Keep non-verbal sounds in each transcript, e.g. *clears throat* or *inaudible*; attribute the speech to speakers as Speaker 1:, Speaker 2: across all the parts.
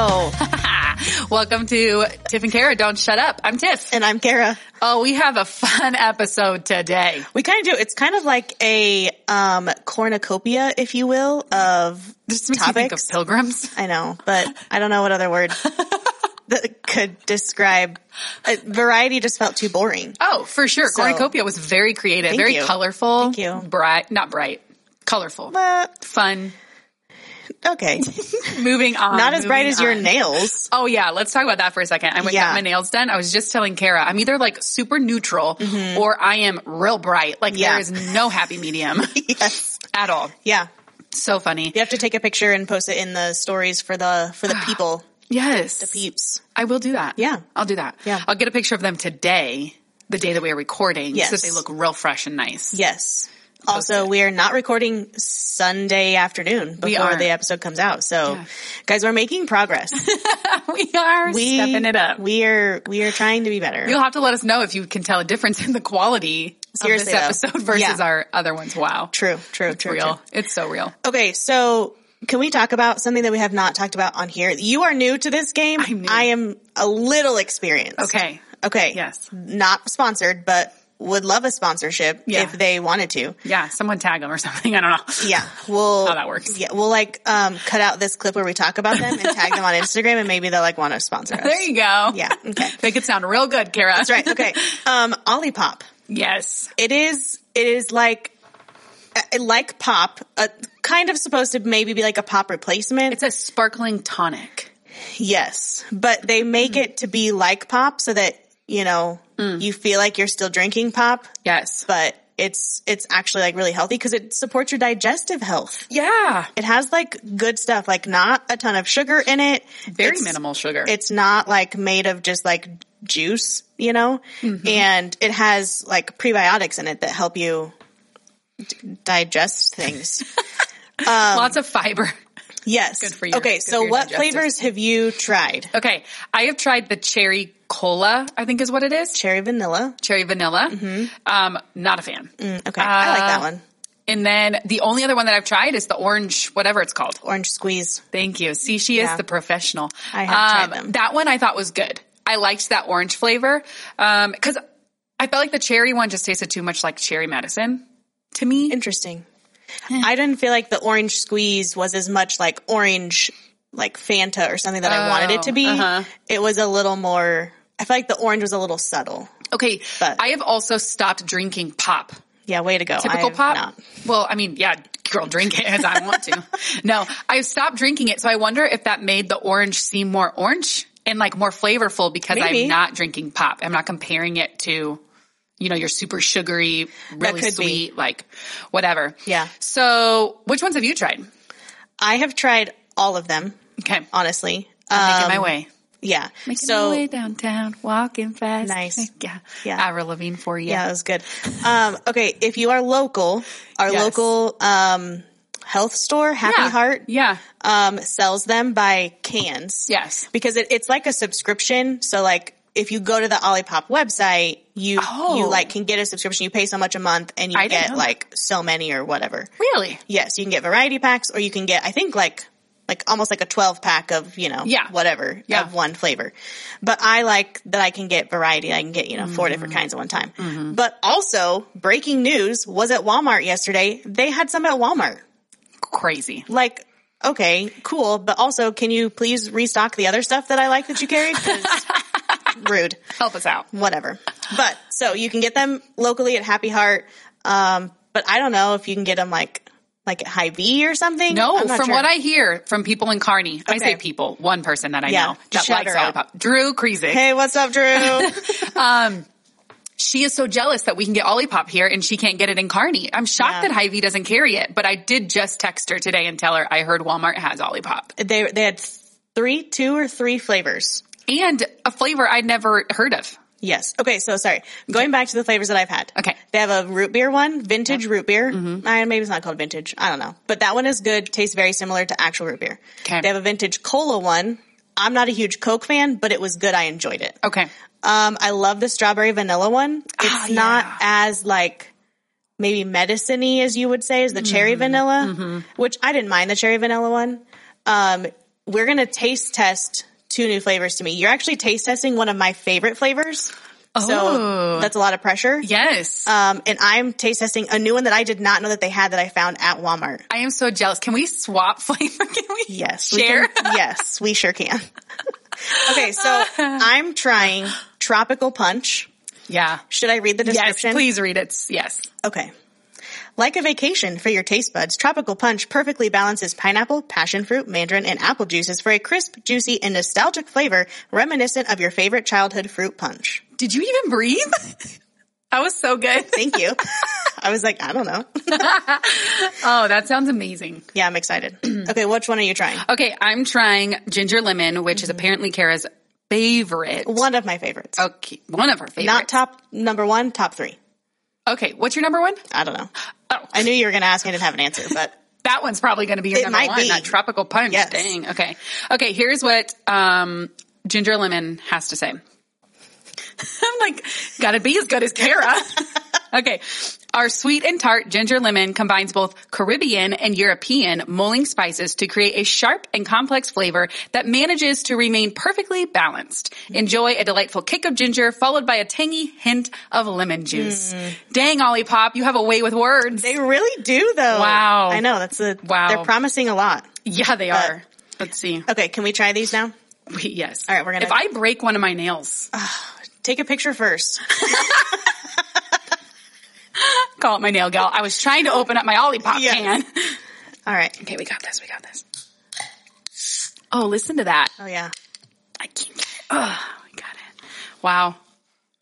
Speaker 1: *laughs* Welcome to Tiff and Kara Don't Shut Up. I'm Tiff.
Speaker 2: *laughs* And I'm Kara.
Speaker 1: Oh, we have a fun *laughs* episode today.
Speaker 2: We kind of do. It's kind of like a um, cornucopia, if you will, of
Speaker 1: This makes me think of
Speaker 2: Topics?
Speaker 1: pilgrims.
Speaker 2: I know, but I don't know what other *laughs* word that could describe. Uh, variety just felt too boring.
Speaker 1: Oh, for sure.
Speaker 2: So-
Speaker 1: Cornucopia was very creative,
Speaker 2: Thank
Speaker 1: very
Speaker 2: you.
Speaker 1: colorful.
Speaker 2: Thank you.
Speaker 1: Bright, not bright. Colorful.
Speaker 2: But
Speaker 1: Fun.
Speaker 2: okay,
Speaker 1: Moving on.
Speaker 2: not as bright
Speaker 1: moving
Speaker 2: as your
Speaker 1: on.
Speaker 2: *laughs* nails.
Speaker 1: Oh yeah, let's talk about that for a second. I went and
Speaker 2: Yeah.
Speaker 1: got my nails done. I was just telling Kara, I'm either like super neutral or I am real bright. Like
Speaker 2: Mm-hmm. Yeah.
Speaker 1: there is no happy medium
Speaker 2: *laughs* Yes.
Speaker 1: *laughs* at all.
Speaker 2: Yeah.
Speaker 1: So funny.
Speaker 2: You have to take a picture and post it in the stories for the for the *gasps* people
Speaker 1: Yes.
Speaker 2: peeps.
Speaker 1: I will do that.
Speaker 2: Yeah.
Speaker 1: I'll do that.
Speaker 2: Yeah.
Speaker 1: I'll get a picture of them today, the day that we are recording,
Speaker 2: Yes.
Speaker 1: so that they look real fresh and nice.
Speaker 2: Yes. Also,
Speaker 1: it.
Speaker 2: we are not recording Sunday afternoon before
Speaker 1: aren't.
Speaker 2: the episode comes out. So, guys, we're making progress.
Speaker 1: We are
Speaker 2: *laughs* we
Speaker 1: stepping it up.
Speaker 2: We are we are trying to be better.
Speaker 1: You'll have to let us know if you can tell a difference in the quality
Speaker 2: Seriously, though.
Speaker 1: of this episode *laughs* versus
Speaker 2: Yeah.
Speaker 1: our other ones. Wow.
Speaker 2: true, true, true,
Speaker 1: Real.
Speaker 2: true.
Speaker 1: It's so real.
Speaker 2: Okay, so can we talk about something that we have not talked about on here? You are new to this game.
Speaker 1: I'm new.
Speaker 2: I am a little experienced.
Speaker 1: Okay.
Speaker 2: Okay.
Speaker 1: Yes.
Speaker 2: Not sponsored, but would love a sponsorship
Speaker 1: Yeah.
Speaker 2: if they wanted to.
Speaker 1: Yeah. Someone tag them or *laughs* something. I don't know.
Speaker 2: Yeah, *laughs* we'll
Speaker 1: How that works.
Speaker 2: Yeah, we'll like um, cut out this clip where we talk about them and
Speaker 1: *laughs*
Speaker 2: tag them on Instagram, and maybe they'll like want to sponsor us.
Speaker 1: There you go.
Speaker 2: Yeah, okay.
Speaker 1: *laughs* Make it sound real good, Kara.
Speaker 2: That's right. Okay, um, Olipop.
Speaker 1: *laughs* Yes.
Speaker 2: It is. It is like uh, like pop. Uh, kind of supposed to maybe be like a pop replacement.
Speaker 1: It's a sparkling tonic.
Speaker 2: yes, but they make it to be like pop so that you know
Speaker 1: Mm.
Speaker 2: you feel like you're still drinking pop,
Speaker 1: Yes.
Speaker 2: but it's it's actually like really healthy because it supports your digestive health.
Speaker 1: Yeah.
Speaker 2: It has like good stuff, like not a ton of sugar in it.
Speaker 1: Very
Speaker 2: It's-
Speaker 1: minimal sugar.
Speaker 2: It's not like made of just like juice, you know?
Speaker 1: Mm-hmm.
Speaker 2: And it has like prebiotics in it that help you d-
Speaker 1: *laughs*
Speaker 2: digest things.
Speaker 1: Lots
Speaker 2: um,
Speaker 1: of fiber.
Speaker 2: yes.
Speaker 1: Good for your-
Speaker 2: Okay,
Speaker 1: good for
Speaker 2: so
Speaker 1: your
Speaker 2: what
Speaker 1: digestive
Speaker 2: flavors have you tried?
Speaker 1: Okay. I have tried the cherry cola, I think is what it is.
Speaker 2: Cherry vanilla. Mm,
Speaker 1: Cherry vanilla.
Speaker 2: Mm-hmm.
Speaker 1: Um, not a fan.
Speaker 2: Okay, I like that
Speaker 1: Uh,
Speaker 2: one.
Speaker 1: And then the only other one that I've tried is the orange, whatever it's called.
Speaker 2: Orange squeeze.
Speaker 1: Thank you. See, she
Speaker 2: Yeah.
Speaker 1: is the professional. Um,
Speaker 2: I have tried them.
Speaker 1: That one I thought was good. I liked that orange flavor. Um, cause I felt like the cherry one just tasted too much like cherry medicine to me.
Speaker 2: Interesting. *sighs* I didn't feel like the orange squeeze was as much like orange, like Fanta or something that I wanted
Speaker 1: Oh,
Speaker 2: it to be.
Speaker 1: uh-huh.
Speaker 2: It was a little more, I feel like the orange was a little subtle.
Speaker 1: Okay.
Speaker 2: But-
Speaker 1: I have also stopped drinking pop.
Speaker 2: Yeah, way to go.
Speaker 1: Typical
Speaker 2: I have
Speaker 1: pop.
Speaker 2: not.
Speaker 1: Well, I mean, yeah, girl, drink it as I want
Speaker 2: *laughs*
Speaker 1: to. no, I've stopped drinking it, so I wonder if that made the orange seem more orange and like more flavorful because
Speaker 2: Maybe.
Speaker 1: I'm not drinking pop. I'm not comparing it to, you know, your super sugary, really
Speaker 2: could be.
Speaker 1: sweet, like whatever.
Speaker 2: Yeah.
Speaker 1: So, which ones have you tried?
Speaker 2: I have tried all of them,
Speaker 1: Okay, I'll
Speaker 2: honestly.
Speaker 1: make it
Speaker 2: Um,
Speaker 1: my way.
Speaker 2: yeah.
Speaker 1: Making
Speaker 2: so
Speaker 1: my way downtown, walking fast.
Speaker 2: Nice.
Speaker 1: *laughs* Yeah.
Speaker 2: Yeah.
Speaker 1: Avril Lavigne for you.
Speaker 2: yeah, that was good. Um, okay, if you are local, our
Speaker 1: Yes.
Speaker 2: local um, health store, Happy
Speaker 1: Yeah.
Speaker 2: Heart,
Speaker 1: Yeah.
Speaker 2: um, sells them by cans.
Speaker 1: Yes.
Speaker 2: because it, it's like a subscription. So like. If you go to the Olipop website, you
Speaker 1: Oh.
Speaker 2: you like can get a subscription. You pay so much a month, and you
Speaker 1: I didn't
Speaker 2: get
Speaker 1: know.
Speaker 2: like so many or whatever.
Speaker 1: Really?
Speaker 2: Yes, you can get variety packs, or you can get I think like like almost like a twelve pack of you know
Speaker 1: Yeah.
Speaker 2: whatever
Speaker 1: Yeah.
Speaker 2: of one flavor. But I like that I can get variety. I can get you know 4 different
Speaker 1: Mm-hmm.
Speaker 2: kinds at one time. But also, breaking news was at Walmart yesterday. They had some at Walmart.
Speaker 1: Crazy.
Speaker 2: Like. Okay, cool. But also, can you please restock the other stuff that I like that you
Speaker 1: *laughs*
Speaker 2: carried? 'Cause rude
Speaker 1: Help us out.
Speaker 2: whatever. But so you can get them locally at Happy Heart. Um, but I don't know if you can get them like like at High V or something.
Speaker 1: No, from
Speaker 2: I'm not sure.
Speaker 1: what I hear from people in Kearney, I
Speaker 2: Okay.
Speaker 1: say people, one person that I
Speaker 2: Yeah,
Speaker 1: know
Speaker 2: just
Speaker 1: that
Speaker 2: shout
Speaker 1: likes
Speaker 2: her out.
Speaker 1: Olipop, Drew Kreisig.
Speaker 2: Hey, what's up,
Speaker 1: *laughs*
Speaker 2: Drew?
Speaker 1: She is so jealous that we can get Olipop here and she can't get it in Kearney. I'm shocked
Speaker 2: Yeah.
Speaker 1: that Hy-Vee doesn't carry it, but I did just text her today and tell her I heard Walmart has Olipop
Speaker 2: they they had three, two or three flavors.
Speaker 1: and a flavor I'd never heard of.
Speaker 2: Yes. Okay. So sorry. Going back to the flavors that I've had.
Speaker 1: Okay. Mm-hmm.
Speaker 2: They have a root beer one, vintage root beer. I, maybe it's not called vintage. I don't know. But that one is good. Tastes very similar to actual root beer.
Speaker 1: Okay.
Speaker 2: They have a vintage cola one. I'm not a huge Coke fan, but it was good. I enjoyed it.
Speaker 1: Okay.
Speaker 2: Um, I love the strawberry vanilla one. It's
Speaker 1: Ah, yeah.
Speaker 2: not as like maybe medicine-y as you would say as the cherry
Speaker 1: Mm-hmm.
Speaker 2: vanilla, which I didn't mind the cherry vanilla one. Um, we're gonna taste test two new flavors to me. You're actually taste testing one of my favorite flavors.
Speaker 1: Oh.
Speaker 2: So that's a lot of pressure.
Speaker 1: Yes.
Speaker 2: Um, and I'm taste testing a new one that I did not know that they had that I found at Walmart.
Speaker 1: I am so jealous. Can we swap *laughs* flavor? Can we?
Speaker 2: Yes. we
Speaker 1: Share?
Speaker 2: can- yes, we sure can. *laughs* okay, so I'm trying Tropical Punch.
Speaker 1: yeah.
Speaker 2: Should I read the
Speaker 1: Yes.
Speaker 2: description?
Speaker 1: Please read it. Yes.
Speaker 2: Okay. Like a vacation for your taste buds, Tropical Punch perfectly balances pineapple, passion fruit, mandarin, and apple juices for a crisp, juicy, and nostalgic flavor reminiscent of your favorite childhood fruit punch.
Speaker 1: Did you even breathe? *laughs* that was so good. *laughs*
Speaker 2: Thank you. *laughs* I was like, I don't know.
Speaker 1: Oh, that sounds amazing.
Speaker 2: Yeah,
Speaker 1: *clears throat*
Speaker 2: I'm excited. okay, which one are you trying?
Speaker 1: Okay. I'm trying ginger lemon, which is apparently Kara's favorite.
Speaker 2: One of my favorites.
Speaker 1: Okay. One of our favorites.
Speaker 2: Not top number one, top three.
Speaker 1: okay. What's your number one?
Speaker 2: I don't know.
Speaker 1: Oh.
Speaker 2: I knew you were going to ask. I didn't have an answer,
Speaker 1: *laughs*
Speaker 2: but
Speaker 1: That one's probably going to be your
Speaker 2: It
Speaker 1: number
Speaker 2: might
Speaker 1: one.
Speaker 2: be.
Speaker 1: That tropical punch.
Speaker 2: Yes.
Speaker 1: Dang. Okay. Okay. Here's what um, Ginger Lemon has to say. *laughs* I'm like, gotta be as good as
Speaker 2: *laughs*
Speaker 1: Kara. okay. Our sweet and tart ginger lemon combines both Caribbean and European mulling spices to create a sharp and complex flavor that manages to remain perfectly balanced. Enjoy a delightful kick of ginger followed by a tangy hint of lemon juice. Dang, Ollie Pop, you have a way with words.
Speaker 2: Mm. they really do, though.
Speaker 1: Wow.
Speaker 2: I know. That's a,
Speaker 1: Wow.
Speaker 2: They're promising a lot.
Speaker 1: Yeah, they are. Let's see.
Speaker 2: Okay, can we try these now?
Speaker 1: We- *laughs* yes.
Speaker 2: All right, we're gonna-
Speaker 1: If I break one of my nails, *laughs*
Speaker 2: Take a picture first.
Speaker 1: call it my nail gal. I was trying to open up my Ollie Pop
Speaker 2: Yes.
Speaker 1: can. *laughs*
Speaker 2: All right.
Speaker 1: Okay, we got this. We got this. Oh, listen to that.
Speaker 2: Oh, yeah.
Speaker 1: I can't. Get it. Oh, we got it. Wow.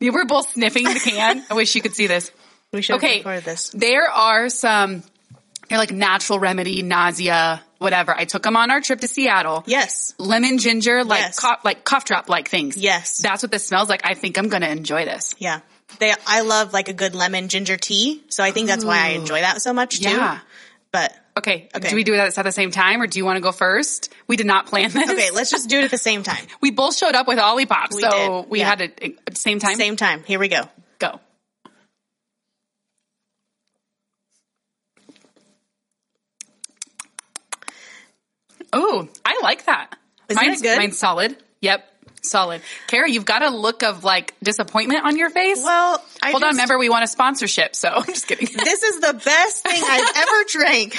Speaker 1: We were both sniffing the
Speaker 2: *laughs*
Speaker 1: can. I wish you could see this.
Speaker 2: We should have
Speaker 1: Okay.
Speaker 2: recorded this.
Speaker 1: There are some. They're like natural remedy, nausea, whatever. I took them on our trip to Seattle.
Speaker 2: Yes.
Speaker 1: Lemon ginger, like
Speaker 2: Yes.
Speaker 1: cough, like cough drop, like things.
Speaker 2: Yes.
Speaker 1: That's what this smells like. I think I'm gonna enjoy this.
Speaker 2: Yeah. They I love like a good lemon ginger tea, so I think that's why I enjoy that so much too.
Speaker 1: Yeah.
Speaker 2: But
Speaker 1: Okay.
Speaker 2: Okay.
Speaker 1: Do we do that at the same time or do you want to go first? We did not plan this.
Speaker 2: okay, let's just do it at the same time.
Speaker 1: We both showed up with Ollie Pop,
Speaker 2: We
Speaker 1: so
Speaker 2: did,
Speaker 1: we
Speaker 2: yeah.
Speaker 1: had it at the same time.
Speaker 2: Same time. Here we go.
Speaker 1: Go. Oh, I like that.
Speaker 2: Isn't it
Speaker 1: mine's,
Speaker 2: good?
Speaker 1: Mine's solid. Yep. Solid. Kara, you've got a look of like disappointment on your face.
Speaker 2: Well, I
Speaker 1: Hold on,
Speaker 2: just-
Speaker 1: remember we want a sponsorship, so *laughs* I'm just
Speaker 2: *laughs*
Speaker 1: kidding.
Speaker 2: This is the best thing
Speaker 1: *laughs*
Speaker 2: I've ever drank.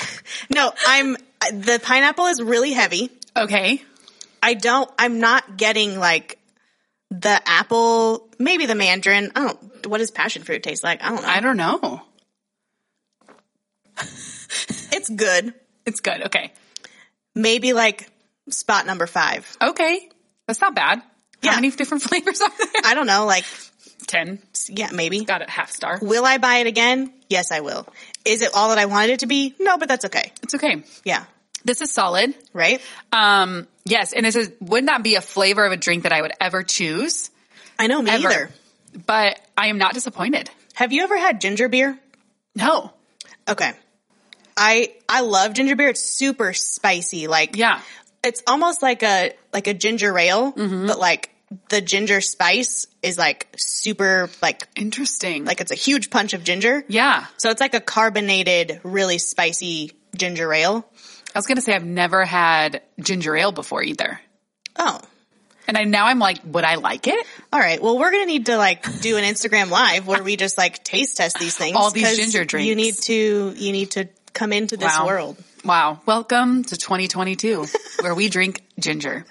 Speaker 2: No, I'm the pineapple is really heavy.
Speaker 1: okay.
Speaker 2: I don't I'm not getting like the apple, maybe the mandarin. I don't what does passion fruit taste like? I don't know.
Speaker 1: I don't know.
Speaker 2: it's good.
Speaker 1: It's good. Okay.
Speaker 2: Maybe like spot number 5.
Speaker 1: Okay. That's not bad.
Speaker 2: Yeah.
Speaker 1: How many different *laughs* flavors are there?
Speaker 2: I don't know, like
Speaker 1: Ten.
Speaker 2: yeah, maybe.
Speaker 1: Got it. Half star.
Speaker 2: Will I buy it again? Yes, I will. Is it all that I wanted it to be? No, but that's okay.
Speaker 1: It's okay.
Speaker 2: Yeah.
Speaker 1: This is solid.
Speaker 2: Right?
Speaker 1: Um, yes. And this is, would not be a flavor of a drink that I would ever choose,
Speaker 2: I know me
Speaker 1: Ever.
Speaker 2: either.
Speaker 1: but I am not disappointed.
Speaker 2: Have you ever had ginger beer?
Speaker 1: No.
Speaker 2: Okay. I I love ginger beer. It's super spicy. Like
Speaker 1: Yeah.
Speaker 2: it's almost like a like a ginger ale,
Speaker 1: Mm-hmm.
Speaker 2: but like the ginger spice is like super like
Speaker 1: Interesting.
Speaker 2: like it's a huge punch of ginger.
Speaker 1: yeah.
Speaker 2: So it's like a carbonated, really spicy ginger ale.
Speaker 1: I was going to say I've never had ginger ale before either.
Speaker 2: Oh.
Speaker 1: And I, now I'm like, would I like it?
Speaker 2: All right. Well, we're gonna need to like do an Instagram live where we just like taste test these things.
Speaker 1: All these
Speaker 2: 'cause
Speaker 1: ginger
Speaker 2: You
Speaker 1: drinks.
Speaker 2: need to you need to come into this
Speaker 1: Wow.
Speaker 2: world.
Speaker 1: Wow. Welcome to 2022 where we drink ginger.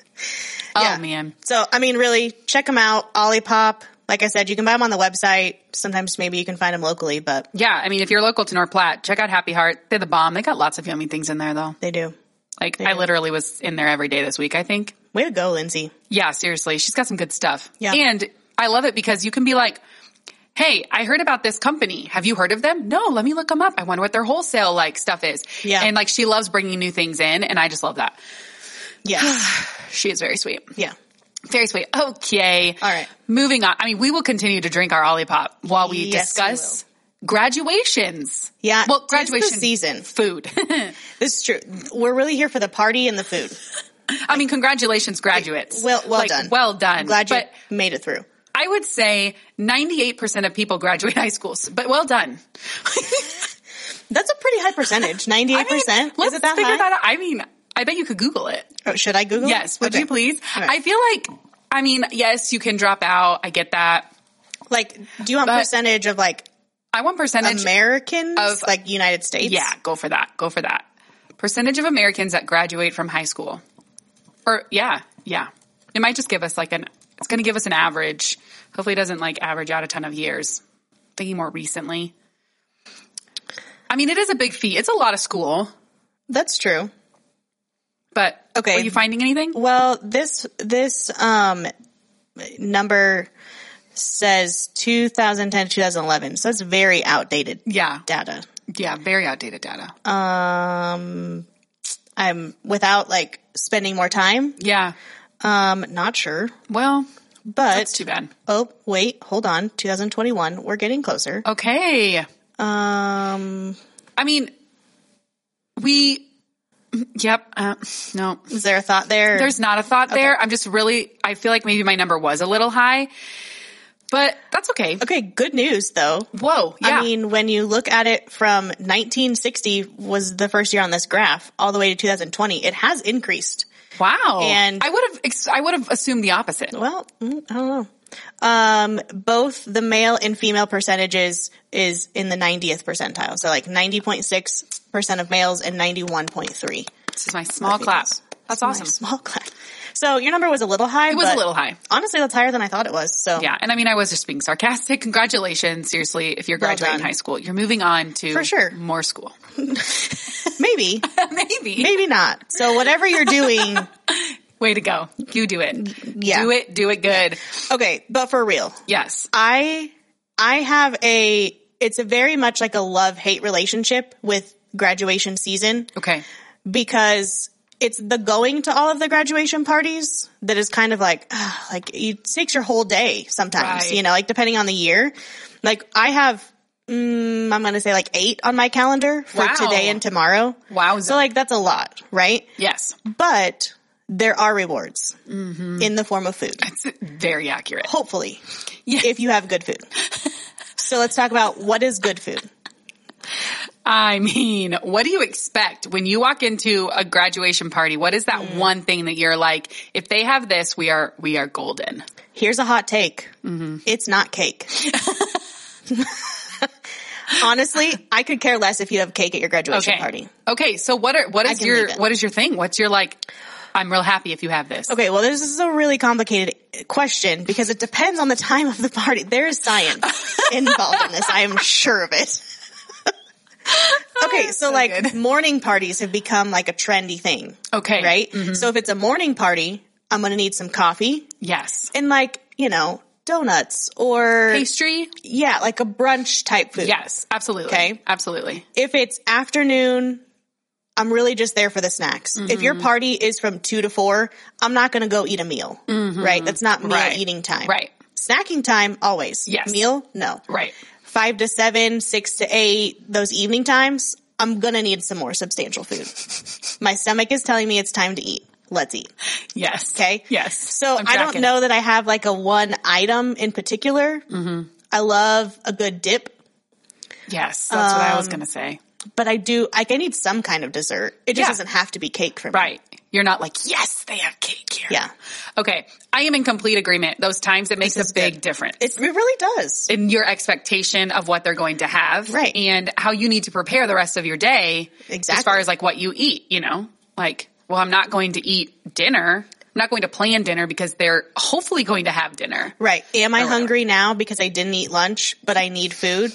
Speaker 1: Oh
Speaker 2: Yeah.
Speaker 1: man.
Speaker 2: So I mean, really check them out. Olipop. Like I said, you can buy them on the website. Sometimes maybe you can find them locally, but
Speaker 1: Yeah. I mean, if you're local to North Platte, check out Happy Heart. They're the bomb. They got lots of yummy things in there though.
Speaker 2: they do.
Speaker 1: Like I literally was in there every day this week, I think.
Speaker 2: Way to go, Lindsay.
Speaker 1: Yeah, seriously. She's got some good stuff.
Speaker 2: Yeah.
Speaker 1: And I love it because you can be like, Hey, I heard about this company. Have you heard of them? No, let me look them up. I wonder what their wholesale like stuff is.
Speaker 2: Yeah.
Speaker 1: And like she loves bringing new things in and I just love that.
Speaker 2: Yeah,
Speaker 1: *sighs* She is very sweet.
Speaker 2: yeah.
Speaker 1: Very sweet. Okay.
Speaker 2: All right.
Speaker 1: Moving on. I mean, we will continue to drink our Olipop while we
Speaker 2: Yes, we
Speaker 1: discuss graduations.
Speaker 2: Yeah,
Speaker 1: Well,
Speaker 2: tis the
Speaker 1: graduation
Speaker 2: season.
Speaker 1: Food. *laughs*
Speaker 2: This is true. We're really here for the party and the food.
Speaker 1: I mean, congratulations, graduates.
Speaker 2: Well, well
Speaker 1: Like,
Speaker 2: done.
Speaker 1: Well done.
Speaker 2: I'm glad you
Speaker 1: But
Speaker 2: made it through.
Speaker 1: I would say 98% of people graduate *laughs* high schools, but well done.
Speaker 2: That's a pretty high percentage. Ninety-eight
Speaker 1: *laughs* I mean,
Speaker 2: percent. Is
Speaker 1: Let's
Speaker 2: it that
Speaker 1: figure
Speaker 2: high?
Speaker 1: that out. I mean, I bet you could Google it.
Speaker 2: Oh, should I Google? it?
Speaker 1: Yes, would
Speaker 2: Okay.
Speaker 1: you please?
Speaker 2: Right.
Speaker 1: I feel like, I mean, yes, you can drop out. I get that.
Speaker 2: Like, do you want
Speaker 1: But-
Speaker 2: percentage of like
Speaker 1: I want percentage.
Speaker 2: Americans,
Speaker 1: of-
Speaker 2: like United States?
Speaker 1: yeah, go for that. Go for that. Percentage of Americans that graduate from high school. Or yeah, yeah. It might just give us like an. It's going to give us an average. Hopefully, it doesn't like average out a ton of years. Thinking more recently. I mean, it is a big feat. It's a lot of school,
Speaker 2: that's true.
Speaker 1: but
Speaker 2: Okay.
Speaker 1: Are you finding anything?
Speaker 2: Well, this this um number says 2010 2011, so it's very outdated
Speaker 1: Yeah,
Speaker 2: data.
Speaker 1: yeah. Very outdated data.
Speaker 2: Um, I'm without like spending more time.
Speaker 1: yeah.
Speaker 2: Um, not sure,
Speaker 1: Well,
Speaker 2: but
Speaker 1: it's too bad.
Speaker 2: oh wait, hold on, 2021, we're getting closer.
Speaker 1: Okay.
Speaker 2: Um,
Speaker 1: I mean, we. Yep. Uh, no.
Speaker 2: is there a thought there?
Speaker 1: There's not a thought there. I'm just really, I feel like maybe my number was a little high, but that's okay.
Speaker 2: okay, good news though.
Speaker 1: Whoa. Yeah.
Speaker 2: I mean, when you look at it from 1960 was the first year on this graph all the way to 2020, it has increased.
Speaker 1: wow.
Speaker 2: and-
Speaker 1: I would have, ex- I would have assumed the opposite.
Speaker 2: Well, mm, I don't know. Um, both the male and female percentages is in the 90th percentile. So like 90.6% of males and 91.3.
Speaker 1: This is my small clap.
Speaker 2: Females.
Speaker 1: That's
Speaker 2: My
Speaker 1: awesome.
Speaker 2: *laughs* small clap. So your number was a little high.
Speaker 1: It was a
Speaker 2: but
Speaker 1: little high.
Speaker 2: Honestly, that's higher than I thought it was. So
Speaker 1: Yeah. And I mean, I was just being sarcastic. *laughs* Congratulations. Seriously, if you're
Speaker 2: Well
Speaker 1: graduating
Speaker 2: done.
Speaker 1: high school, you're moving on to
Speaker 2: For sure.
Speaker 1: more school.
Speaker 2: *laughs*
Speaker 1: *laughs*
Speaker 2: maybe,
Speaker 1: Maybe.
Speaker 2: maybe not. So whatever you're doing,
Speaker 1: *laughs* Way to go. You do it.
Speaker 2: yeah.
Speaker 1: Do it. Do it good.
Speaker 2: Okay. But for real,
Speaker 1: Yes.
Speaker 2: I I have a it's a very much like a love hate relationship with graduation season
Speaker 1: Okay.
Speaker 2: because it's the going to all of the graduation parties that is kind of like ah, like it takes your whole day sometimes
Speaker 1: Right.
Speaker 2: you know like depending on the year like I have mm, I'm gonna say like eight on my calendar for
Speaker 1: Wow.
Speaker 2: today and tomorrow
Speaker 1: Wow.
Speaker 2: so like that's a lot right
Speaker 1: yes.
Speaker 2: but there are rewards
Speaker 1: Mm-hmm.
Speaker 2: in the form of food
Speaker 1: It's very accurate.
Speaker 2: hopefully
Speaker 1: Yeah.
Speaker 2: if you have good food so let's talk about what is good food
Speaker 1: I mean, what do you expect when you walk into a graduation party? What is
Speaker 2: Mm.
Speaker 1: that one thing that you're like, if they have this, we are we are golden.
Speaker 2: here's a hot take
Speaker 1: Mm-hmm.
Speaker 2: it's
Speaker 1: *laughs*
Speaker 2: not cake honestly i could care less if you have cake at your graduation
Speaker 1: Okay.
Speaker 2: party
Speaker 1: Okay, so what are what is
Speaker 2: can
Speaker 1: your
Speaker 2: leave it.
Speaker 1: what is your thing? What's your like I'm real happy if you have this.
Speaker 2: okay well this is a really complicated question because it depends on the time of the party there is
Speaker 1: *laughs*
Speaker 2: science involved in this i am sure of it okay so, like
Speaker 1: good.
Speaker 2: morning parties have become like a trendy thing
Speaker 1: Okay.
Speaker 2: right? So if it's a morning party, I'm going to need some coffee
Speaker 1: Yes.
Speaker 2: and like, you know, donuts or
Speaker 1: Pastry?
Speaker 2: yeah, like a brunch type food.
Speaker 1: Yes, absolutely.
Speaker 2: Okay.
Speaker 1: Absolutely.
Speaker 2: If it's afternoon, I'm really just there for the snacks. If
Speaker 1: Mm-hmm.
Speaker 2: your party is from 2 to 4, I'm not going to go eat a meal. Right? That's not meal
Speaker 1: Mm-hmm. Right.
Speaker 2: eating time.
Speaker 1: Right.
Speaker 2: Snacking time always.
Speaker 1: Yes.
Speaker 2: Meal? No.
Speaker 1: Right.
Speaker 2: 5 to 7, 6 to 8, those evening times, I'm going to need some more
Speaker 1: *laughs*
Speaker 2: substantial food. My stomach is telling me it's time to eat. Let's eat.
Speaker 1: Yes.
Speaker 2: Okay.
Speaker 1: Yes.
Speaker 2: So
Speaker 1: I'm
Speaker 2: I don't
Speaker 1: tracking.
Speaker 2: know that I have like a one item in particular.
Speaker 1: Mm-hmm.
Speaker 2: I love a good dip,
Speaker 1: Yes, that's what I
Speaker 2: um,
Speaker 1: was going to say.
Speaker 2: but I do like I need some kind of dessert. It just
Speaker 1: Yeah.
Speaker 2: doesn't have to be cake for me.
Speaker 1: Right. You're not like, yes, they have cake here.
Speaker 2: Yeah.
Speaker 1: Okay. I am in complete agreement. Those times it makes a
Speaker 2: This is
Speaker 1: big
Speaker 2: good.
Speaker 1: difference.
Speaker 2: It, it really does.
Speaker 1: in your expectation of what they're going to have
Speaker 2: Right.
Speaker 1: and how you need to prepare the rest of your day as
Speaker 2: Exactly.
Speaker 1: far as like what you eat you know like well i'm not going to eat dinner i'm not going to plan dinner because they're hopefully going to have dinner
Speaker 2: right. Am
Speaker 1: Oh
Speaker 2: I hungry now because I didn't eat lunch, but I need food?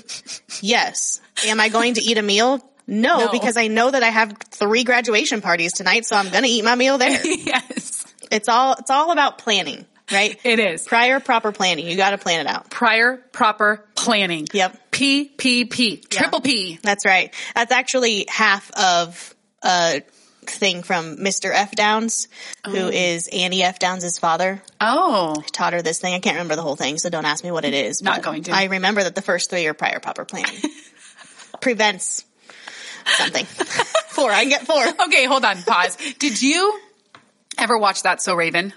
Speaker 2: yes. Am I going to eat a meal? No,
Speaker 1: No.
Speaker 2: because I know that I have three graduation parties tonight, so I'm going to eat my meal
Speaker 1: *laughs*
Speaker 2: there.
Speaker 1: *laughs* yes
Speaker 2: it's all it's all about planning, right?
Speaker 1: it is
Speaker 2: Prior proper planning. You got to plan it out.
Speaker 1: prior proper planning
Speaker 2: Yep.
Speaker 1: p p p triple p
Speaker 2: That's right. That's actually half of a thing from Mr. F. Downs, who is Annie F. Downs' father.
Speaker 1: oh
Speaker 2: Taught her this thing. I can't remember the whole thing, so don't ask me what it is.
Speaker 1: Not
Speaker 2: but
Speaker 1: going to.
Speaker 2: I remember that the first three are prior proper planning.
Speaker 1: *laughs*
Speaker 2: Prevents something. *laughs* four. I can get four.
Speaker 1: *laughs* okay hold on pause did you ever watch that so raven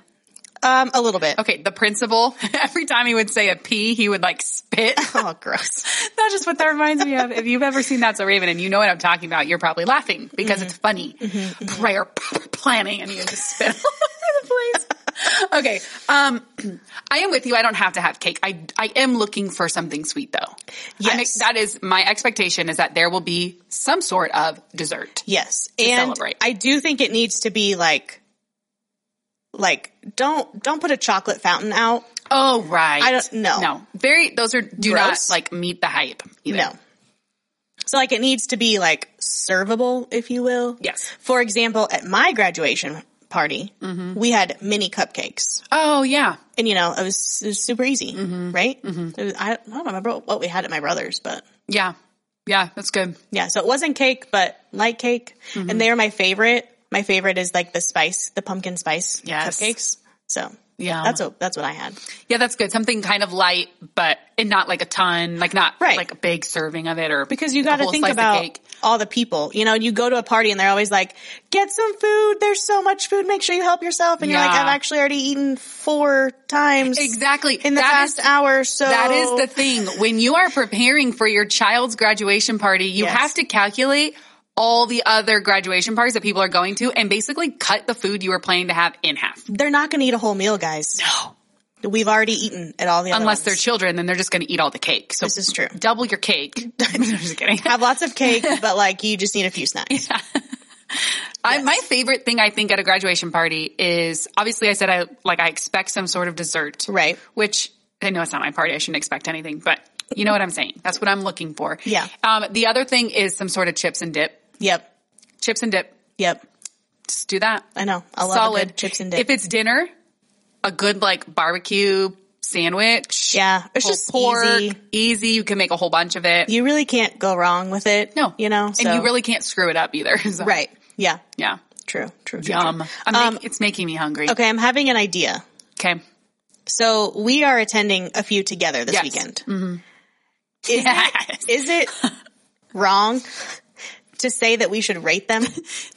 Speaker 2: Um, a little bit.
Speaker 1: Okay, the principal, *laughs* every time he would say a P, he would like spit.
Speaker 2: Oh, gross.
Speaker 1: That's just what that reminds me of. If you've ever seen That's a Raven and you know what I'm talking about, you're probably laughing because it's funny.
Speaker 2: Mm-hmm,
Speaker 1: Prayer p- planning and you just spit all *laughs* over the place. Okay. Um, *clears throat* I am with you. I don't have to have cake. I, I am looking for something sweet though. I'm-
Speaker 2: Yes.
Speaker 1: that is my expectation is that there will be some sort of dessert. *laughs*
Speaker 2: Yes. And
Speaker 1: celebrate.
Speaker 2: I do think it needs to be like, like, don't, don't put a chocolate fountain out.
Speaker 1: Oh, right.
Speaker 2: I don't- no.
Speaker 1: No. Very, those are, do
Speaker 2: Gross.
Speaker 1: not like meet the hype either.
Speaker 2: No. So like it needs to be like servable, if you will.
Speaker 1: Yes.
Speaker 2: For example, at my graduation party,
Speaker 1: Mm-hmm.
Speaker 2: we had mini cupcakes.
Speaker 1: Oh, yeah.
Speaker 2: And you know, it was, it was super easy,
Speaker 1: Mm-hmm.
Speaker 2: right? It was, I, I don't remember what we had at my brother's, but
Speaker 1: Yeah. Yeah. That's good.
Speaker 2: yeah, so it wasn't cake, but light cake.
Speaker 1: Mm-hmm.
Speaker 2: And they are my favorite. My favorite is like the spice, the pumpkin spice
Speaker 1: Yes.
Speaker 2: cupcakes. So
Speaker 1: Yeah.
Speaker 2: that's what, that's what I had.
Speaker 1: Yeah, that's good. Something kind of light, but and not like a ton, like not
Speaker 2: Right.
Speaker 1: like a big serving of it or
Speaker 2: Because you
Speaker 1: a
Speaker 2: got to
Speaker 1: whole
Speaker 2: think
Speaker 1: slice of
Speaker 2: about
Speaker 1: cake.
Speaker 2: all the people. You know, you go to a party and they're always like, "Get some food. There's so much food. Make sure you help yourself." And you're like,
Speaker 1: Yeah.
Speaker 2: "I've actually already eaten four times
Speaker 1: exactly
Speaker 2: in the
Speaker 1: That
Speaker 2: past
Speaker 1: is-
Speaker 2: hour." So
Speaker 1: That is the thing. When you are preparing for your child's graduation party, you
Speaker 2: Yes.
Speaker 1: have to calculate all the other graduation parties that people are going to and basically cut the food you were planning to have in half.
Speaker 2: they're not going to eat a whole meal, guys.
Speaker 1: No.
Speaker 2: We've already eaten at all the other
Speaker 1: Unless
Speaker 2: ones.
Speaker 1: they're children, then they're just going to eat all the cake. So
Speaker 2: This is true.
Speaker 1: Double your cake. *laughs* I'm just
Speaker 2: *laughs*
Speaker 1: kidding.
Speaker 2: have lots
Speaker 1: *laughs*
Speaker 2: of cake, but like you just need a few snacks.
Speaker 1: I, my favorite thing I think at a graduation party is obviously I said I like I expect some sort of dessert,
Speaker 2: Right.
Speaker 1: Which I know it's not my party. I shouldn't expect anything, but you know what I'm saying. That's what I'm looking for.
Speaker 2: Yeah.
Speaker 1: Um, the other thing is some sort of chips and dip.
Speaker 2: Yep.
Speaker 1: Chips and dip.
Speaker 2: Yep.
Speaker 1: Just do that.
Speaker 2: I know. I love a
Speaker 1: Solid
Speaker 2: good chips and dip.
Speaker 1: If it's dinner, a good like barbecue sandwich.
Speaker 2: Yeah. It's
Speaker 1: pulled
Speaker 2: just
Speaker 1: pork,
Speaker 2: easy.
Speaker 1: easy. You can make a whole bunch of it.
Speaker 2: You really can't go wrong with it.
Speaker 1: no,
Speaker 2: You know. so-
Speaker 1: and you really can't screw it up either. *laughs* So,
Speaker 2: right. Yeah.
Speaker 1: Yeah.
Speaker 2: True. True. true, true.
Speaker 1: Yum. I'm
Speaker 2: Um,
Speaker 1: mak- it's making me hungry.
Speaker 2: Okay, I'm having an idea.
Speaker 1: Okay.
Speaker 2: So we are attending a few together this
Speaker 1: Yes. Mm-hmm.
Speaker 2: weekend. Is,
Speaker 1: Yes.
Speaker 2: it, is it wrong to say that we should
Speaker 1: *laughs*
Speaker 2: rate them?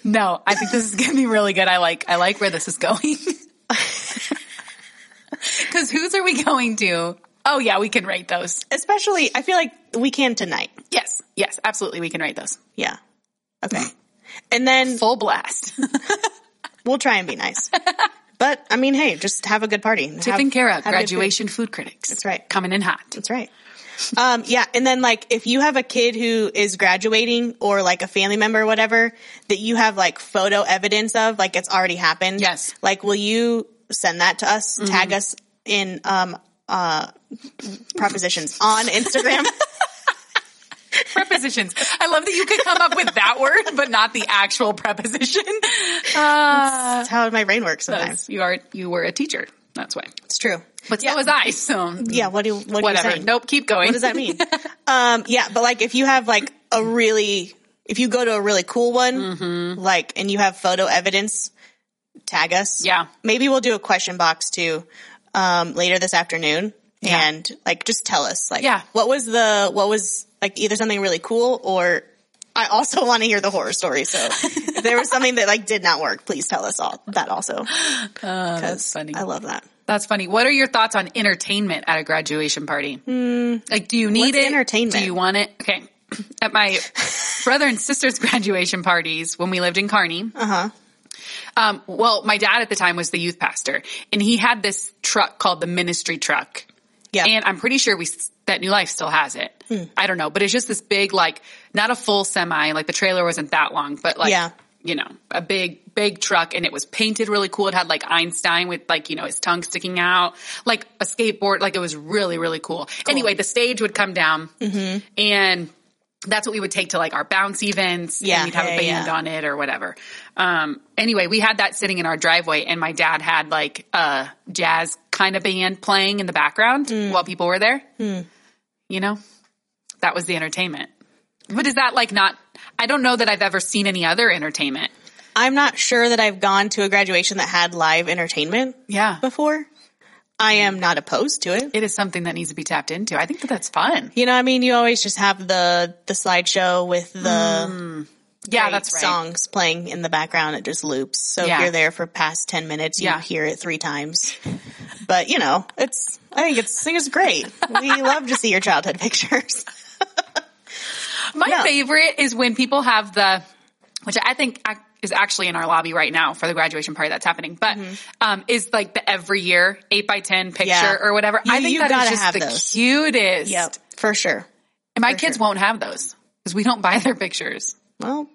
Speaker 1: No, I think this is gonna be really good. I like I like where this is going. *laughs* Cause whose are we going to? Oh yeah, we can rate those.
Speaker 2: Especially, I feel like we can tonight.
Speaker 1: Yes, yes, absolutely we can rate those.
Speaker 2: Yeah. Okay. And then
Speaker 1: Full
Speaker 2: *laughs*
Speaker 1: blast.
Speaker 2: we'll try and
Speaker 1: *laughs*
Speaker 2: be nice. But I mean, hey, just have a good party. Have-
Speaker 1: Tiff and Kara,
Speaker 2: have good food.
Speaker 1: graduation food critics. That's
Speaker 2: right.
Speaker 1: Coming in hot.
Speaker 2: That's right. Um, yeah. And then like, if you have a kid who is graduating or like a family member or whatever that you have like photo evidence of, like it's already happened.
Speaker 1: Yes. Mm-hmm.
Speaker 2: Like, will you send that to us? Tag us in, um, uh, propositions
Speaker 1: *laughs*
Speaker 2: on Instagram.
Speaker 1: Prepositions. I love that you could come up with that word, but not the actual
Speaker 2: *laughs*
Speaker 1: preposition. Uh,
Speaker 2: That's how my brain works sometimes.
Speaker 1: you are you were a teacher. That's why.
Speaker 2: It's true.
Speaker 1: But so was I, so
Speaker 2: Yeah. What do you, what Are you
Speaker 1: whatever.
Speaker 2: saying?
Speaker 1: Nope, keep going.
Speaker 2: What does
Speaker 1: *laughs*
Speaker 2: that mean? um, yeah, but like if you have like a really, if you go to a really cool one,
Speaker 1: Mm-hmm.
Speaker 2: like, and you have photo evidence, tag us.
Speaker 1: Yeah.
Speaker 2: Maybe we'll do a question box too, um, later this afternoon. And like, just tell us, like,
Speaker 1: Yeah.
Speaker 2: what was the, what was like either something really cool or I also *laughs* want to hear the horror story. So if there was something that like did not work, please tell us all
Speaker 1: *laughs*
Speaker 2: that also. that's
Speaker 1: Oh, funny.
Speaker 2: I love that.
Speaker 1: That's funny. What are your thoughts on entertainment at a graduation party? like, do you need
Speaker 2: Hmm. What's
Speaker 1: it?
Speaker 2: entertainment?
Speaker 1: Do you want it? Okay. *clears throat* At my
Speaker 2: *laughs*
Speaker 1: brother and sister's graduation parties when we lived in Kearney. Uh
Speaker 2: Uh-huh.
Speaker 1: huh. Um, well, my dad at the time was the youth pastor, and he had this truck called the ministry truck.
Speaker 2: Yeah. Hmm.
Speaker 1: And I'm pretty sure we s- that New Life still has it. I don't know, but it's just this big, like, not a full semi. Like the trailer wasn't that long, but like,
Speaker 2: Yeah.
Speaker 1: you know, a big, big truck, and it was painted really cool. It had like Einstein with like you know his tongue sticking out, like a skateboard. Like it was really, really cool. Anyway, the stage would come down,
Speaker 2: Mm-hmm.
Speaker 1: and that's what we would take to like our bounce events.
Speaker 2: Yeah,
Speaker 1: and we'd have
Speaker 2: yeah,
Speaker 1: a band
Speaker 2: yeah.
Speaker 1: on it or whatever. Um, anyway, we had that sitting in our driveway, and my dad had like a jazz kind of band playing in the background
Speaker 2: Hmm.
Speaker 1: while people were there. You know, that was the entertainment. But is that like not? I don't know that I've ever seen any other entertainment.
Speaker 2: I'm not sure that I've gone to a graduation that had live entertainment.
Speaker 1: Yeah,
Speaker 2: *laughs* before. I am not opposed to it.
Speaker 1: it is something that needs to be tapped into. I think that that's fun.
Speaker 2: You know, I mean, you always just have the the slideshow with the
Speaker 1: Mm-hmm. Yeah,
Speaker 2: great
Speaker 1: that's right.
Speaker 2: songs playing in the background. It just loops. So if
Speaker 1: Yeah.
Speaker 2: you're there for past ten minutes, you
Speaker 1: Yeah.
Speaker 2: hear it three times. But you know, it's I think it's I think it's great.
Speaker 1: *laughs*
Speaker 2: we love to see your childhood pictures.
Speaker 1: My
Speaker 2: No.
Speaker 1: favorite is when people have the, which I think ac- is actually in our lobby right now for the graduation party that's happening, but
Speaker 2: Mm-hmm.
Speaker 1: um, is like the every year eight by ten picture
Speaker 2: Yeah.
Speaker 1: or whatever. I
Speaker 2: You-
Speaker 1: think
Speaker 2: you
Speaker 1: that
Speaker 2: gotta
Speaker 1: is just
Speaker 2: have
Speaker 1: the
Speaker 2: those.
Speaker 1: cutest.
Speaker 2: for sure.
Speaker 1: And my kids won't have those because we don't buy their pictures.
Speaker 2: Well,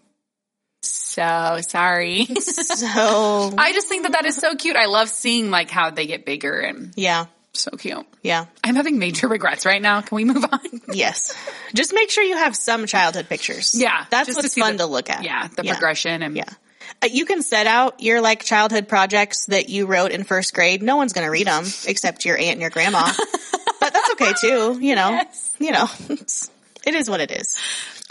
Speaker 1: So
Speaker 2: *laughs*
Speaker 1: sorry. *laughs*
Speaker 2: so
Speaker 1: I just think that that is so cute. I love seeing like how they get bigger and
Speaker 2: yeah,
Speaker 1: so cute.
Speaker 2: yeah,
Speaker 1: I'm having major regrets right now. Can we move on? *laughs*
Speaker 2: yes. Just make sure you have some childhood pictures.
Speaker 1: Yeah,
Speaker 2: that's
Speaker 1: just to
Speaker 2: what's
Speaker 1: see
Speaker 2: fun
Speaker 1: the-
Speaker 2: to look at.
Speaker 1: Yeah, the progression and
Speaker 2: Yeah. Uh, You can set out your like childhood projects that you wrote in first grade. No one's going to read them except your aunt and
Speaker 1: *laughs*
Speaker 2: your grandma. but that's okay too, you know. You know. it's- It is what it is.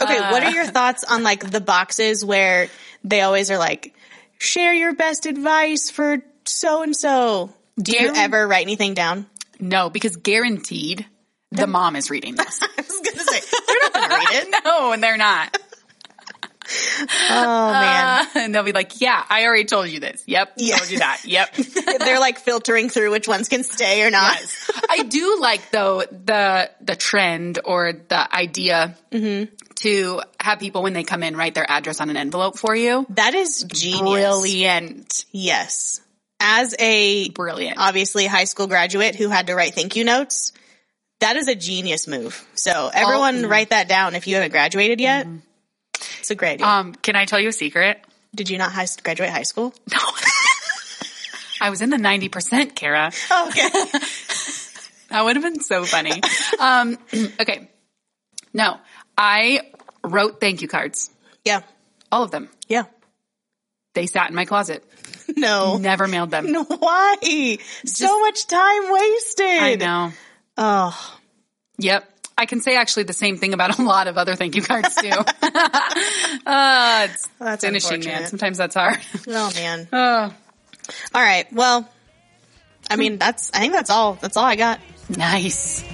Speaker 2: Okay, what
Speaker 1: Uh.
Speaker 2: are your thoughts on like the boxes where they always are like share your best advice for so and so. Do you
Speaker 1: Guaran-
Speaker 2: ever write anything down? *laughs*
Speaker 1: no, because guaranteed the mom is reading this.
Speaker 2: I was going to say they're not going to read
Speaker 1: *laughs*
Speaker 2: it.
Speaker 1: no, and they're not.
Speaker 2: Oh man.
Speaker 1: and they'll be like, yeah, I already told you this. Yep.
Speaker 2: Yeah.
Speaker 1: Told you that. Yep.
Speaker 2: *laughs* they're like filtering through which ones can stay or not.
Speaker 1: I do like though the, the trend or the idea to have people when they come in write their address on an envelope for you.
Speaker 2: That is genius.
Speaker 1: Brilliant.
Speaker 2: Yes. As a
Speaker 1: Brilliant.
Speaker 2: obviously high school graduate who had to write thank you notes, that is a genius move. So everyone
Speaker 1: Oh, mm.
Speaker 2: write that down if you haven't graduated yet. It's a great idea.
Speaker 1: Mm-hmm. Um, can I tell you a secret?
Speaker 2: Did you not high, graduate high school?
Speaker 1: *laughs* No. I was in the 90%, Kara.
Speaker 2: Oh, okay.
Speaker 1: That would have been so funny. Um, *clears throat* okay. No, I wrote thank you cards.
Speaker 2: *laughs* yeah.
Speaker 1: All of them.
Speaker 2: Yeah.
Speaker 1: *laughs* They sat in my closet.
Speaker 2: No.
Speaker 1: Never mailed them.
Speaker 2: No. *laughs* Why? so much time wasted.
Speaker 1: I know.
Speaker 2: Oh,
Speaker 1: Yep. I can say actually the same thing about a lot of other thank you cards too. *laughs* uh, it's
Speaker 2: that's
Speaker 1: finishing, man.
Speaker 2: unfortunate.
Speaker 1: Sometimes that's hard.
Speaker 2: Oh man.
Speaker 1: *laughs* oh,
Speaker 2: All right. Well, I mean, that's, I think that's all. That's all I got.
Speaker 1: nice.